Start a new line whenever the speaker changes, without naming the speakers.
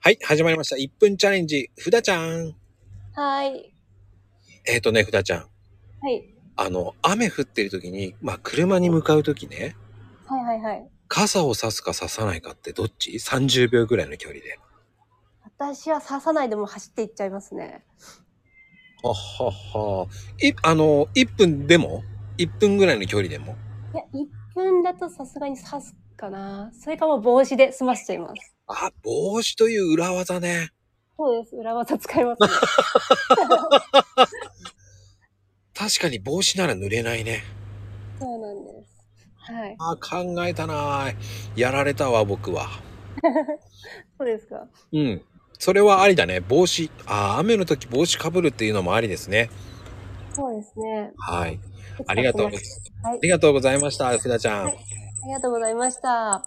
はい、始まりました。1分チャレンジ、ふだちゃん。
はい。
えっ、ー、とね、ふだちゃん。
はい。
あの、雨降ってる時に、まあ、車に向かう時ね、
はいはいはい。
傘を差すか差さないかってどっち ?30 秒ぐらいの距離で。
私は刺さないでも走っていっちゃいますね。
ははは。い、あの、1分でも ?1 分ぐらいの距離でも
いや、1分だとさすがに刺すかな。それかもう帽子で済ませちゃいます。
あ、帽子という裏技ね。
そうです。裏技使います、 ね。
確かに帽子なら濡れないね。
そうなんです。はい。
あ、考えたなやられたわ、僕は。
そうですか。
うん。それはありだね。帽子。あ、雨の時帽子かぶるっていうのもありですね。
そうですね。
はい。ありがとうございます
は
あ
い
り。がとうございました、ふだちゃん。
はいありがとうございました。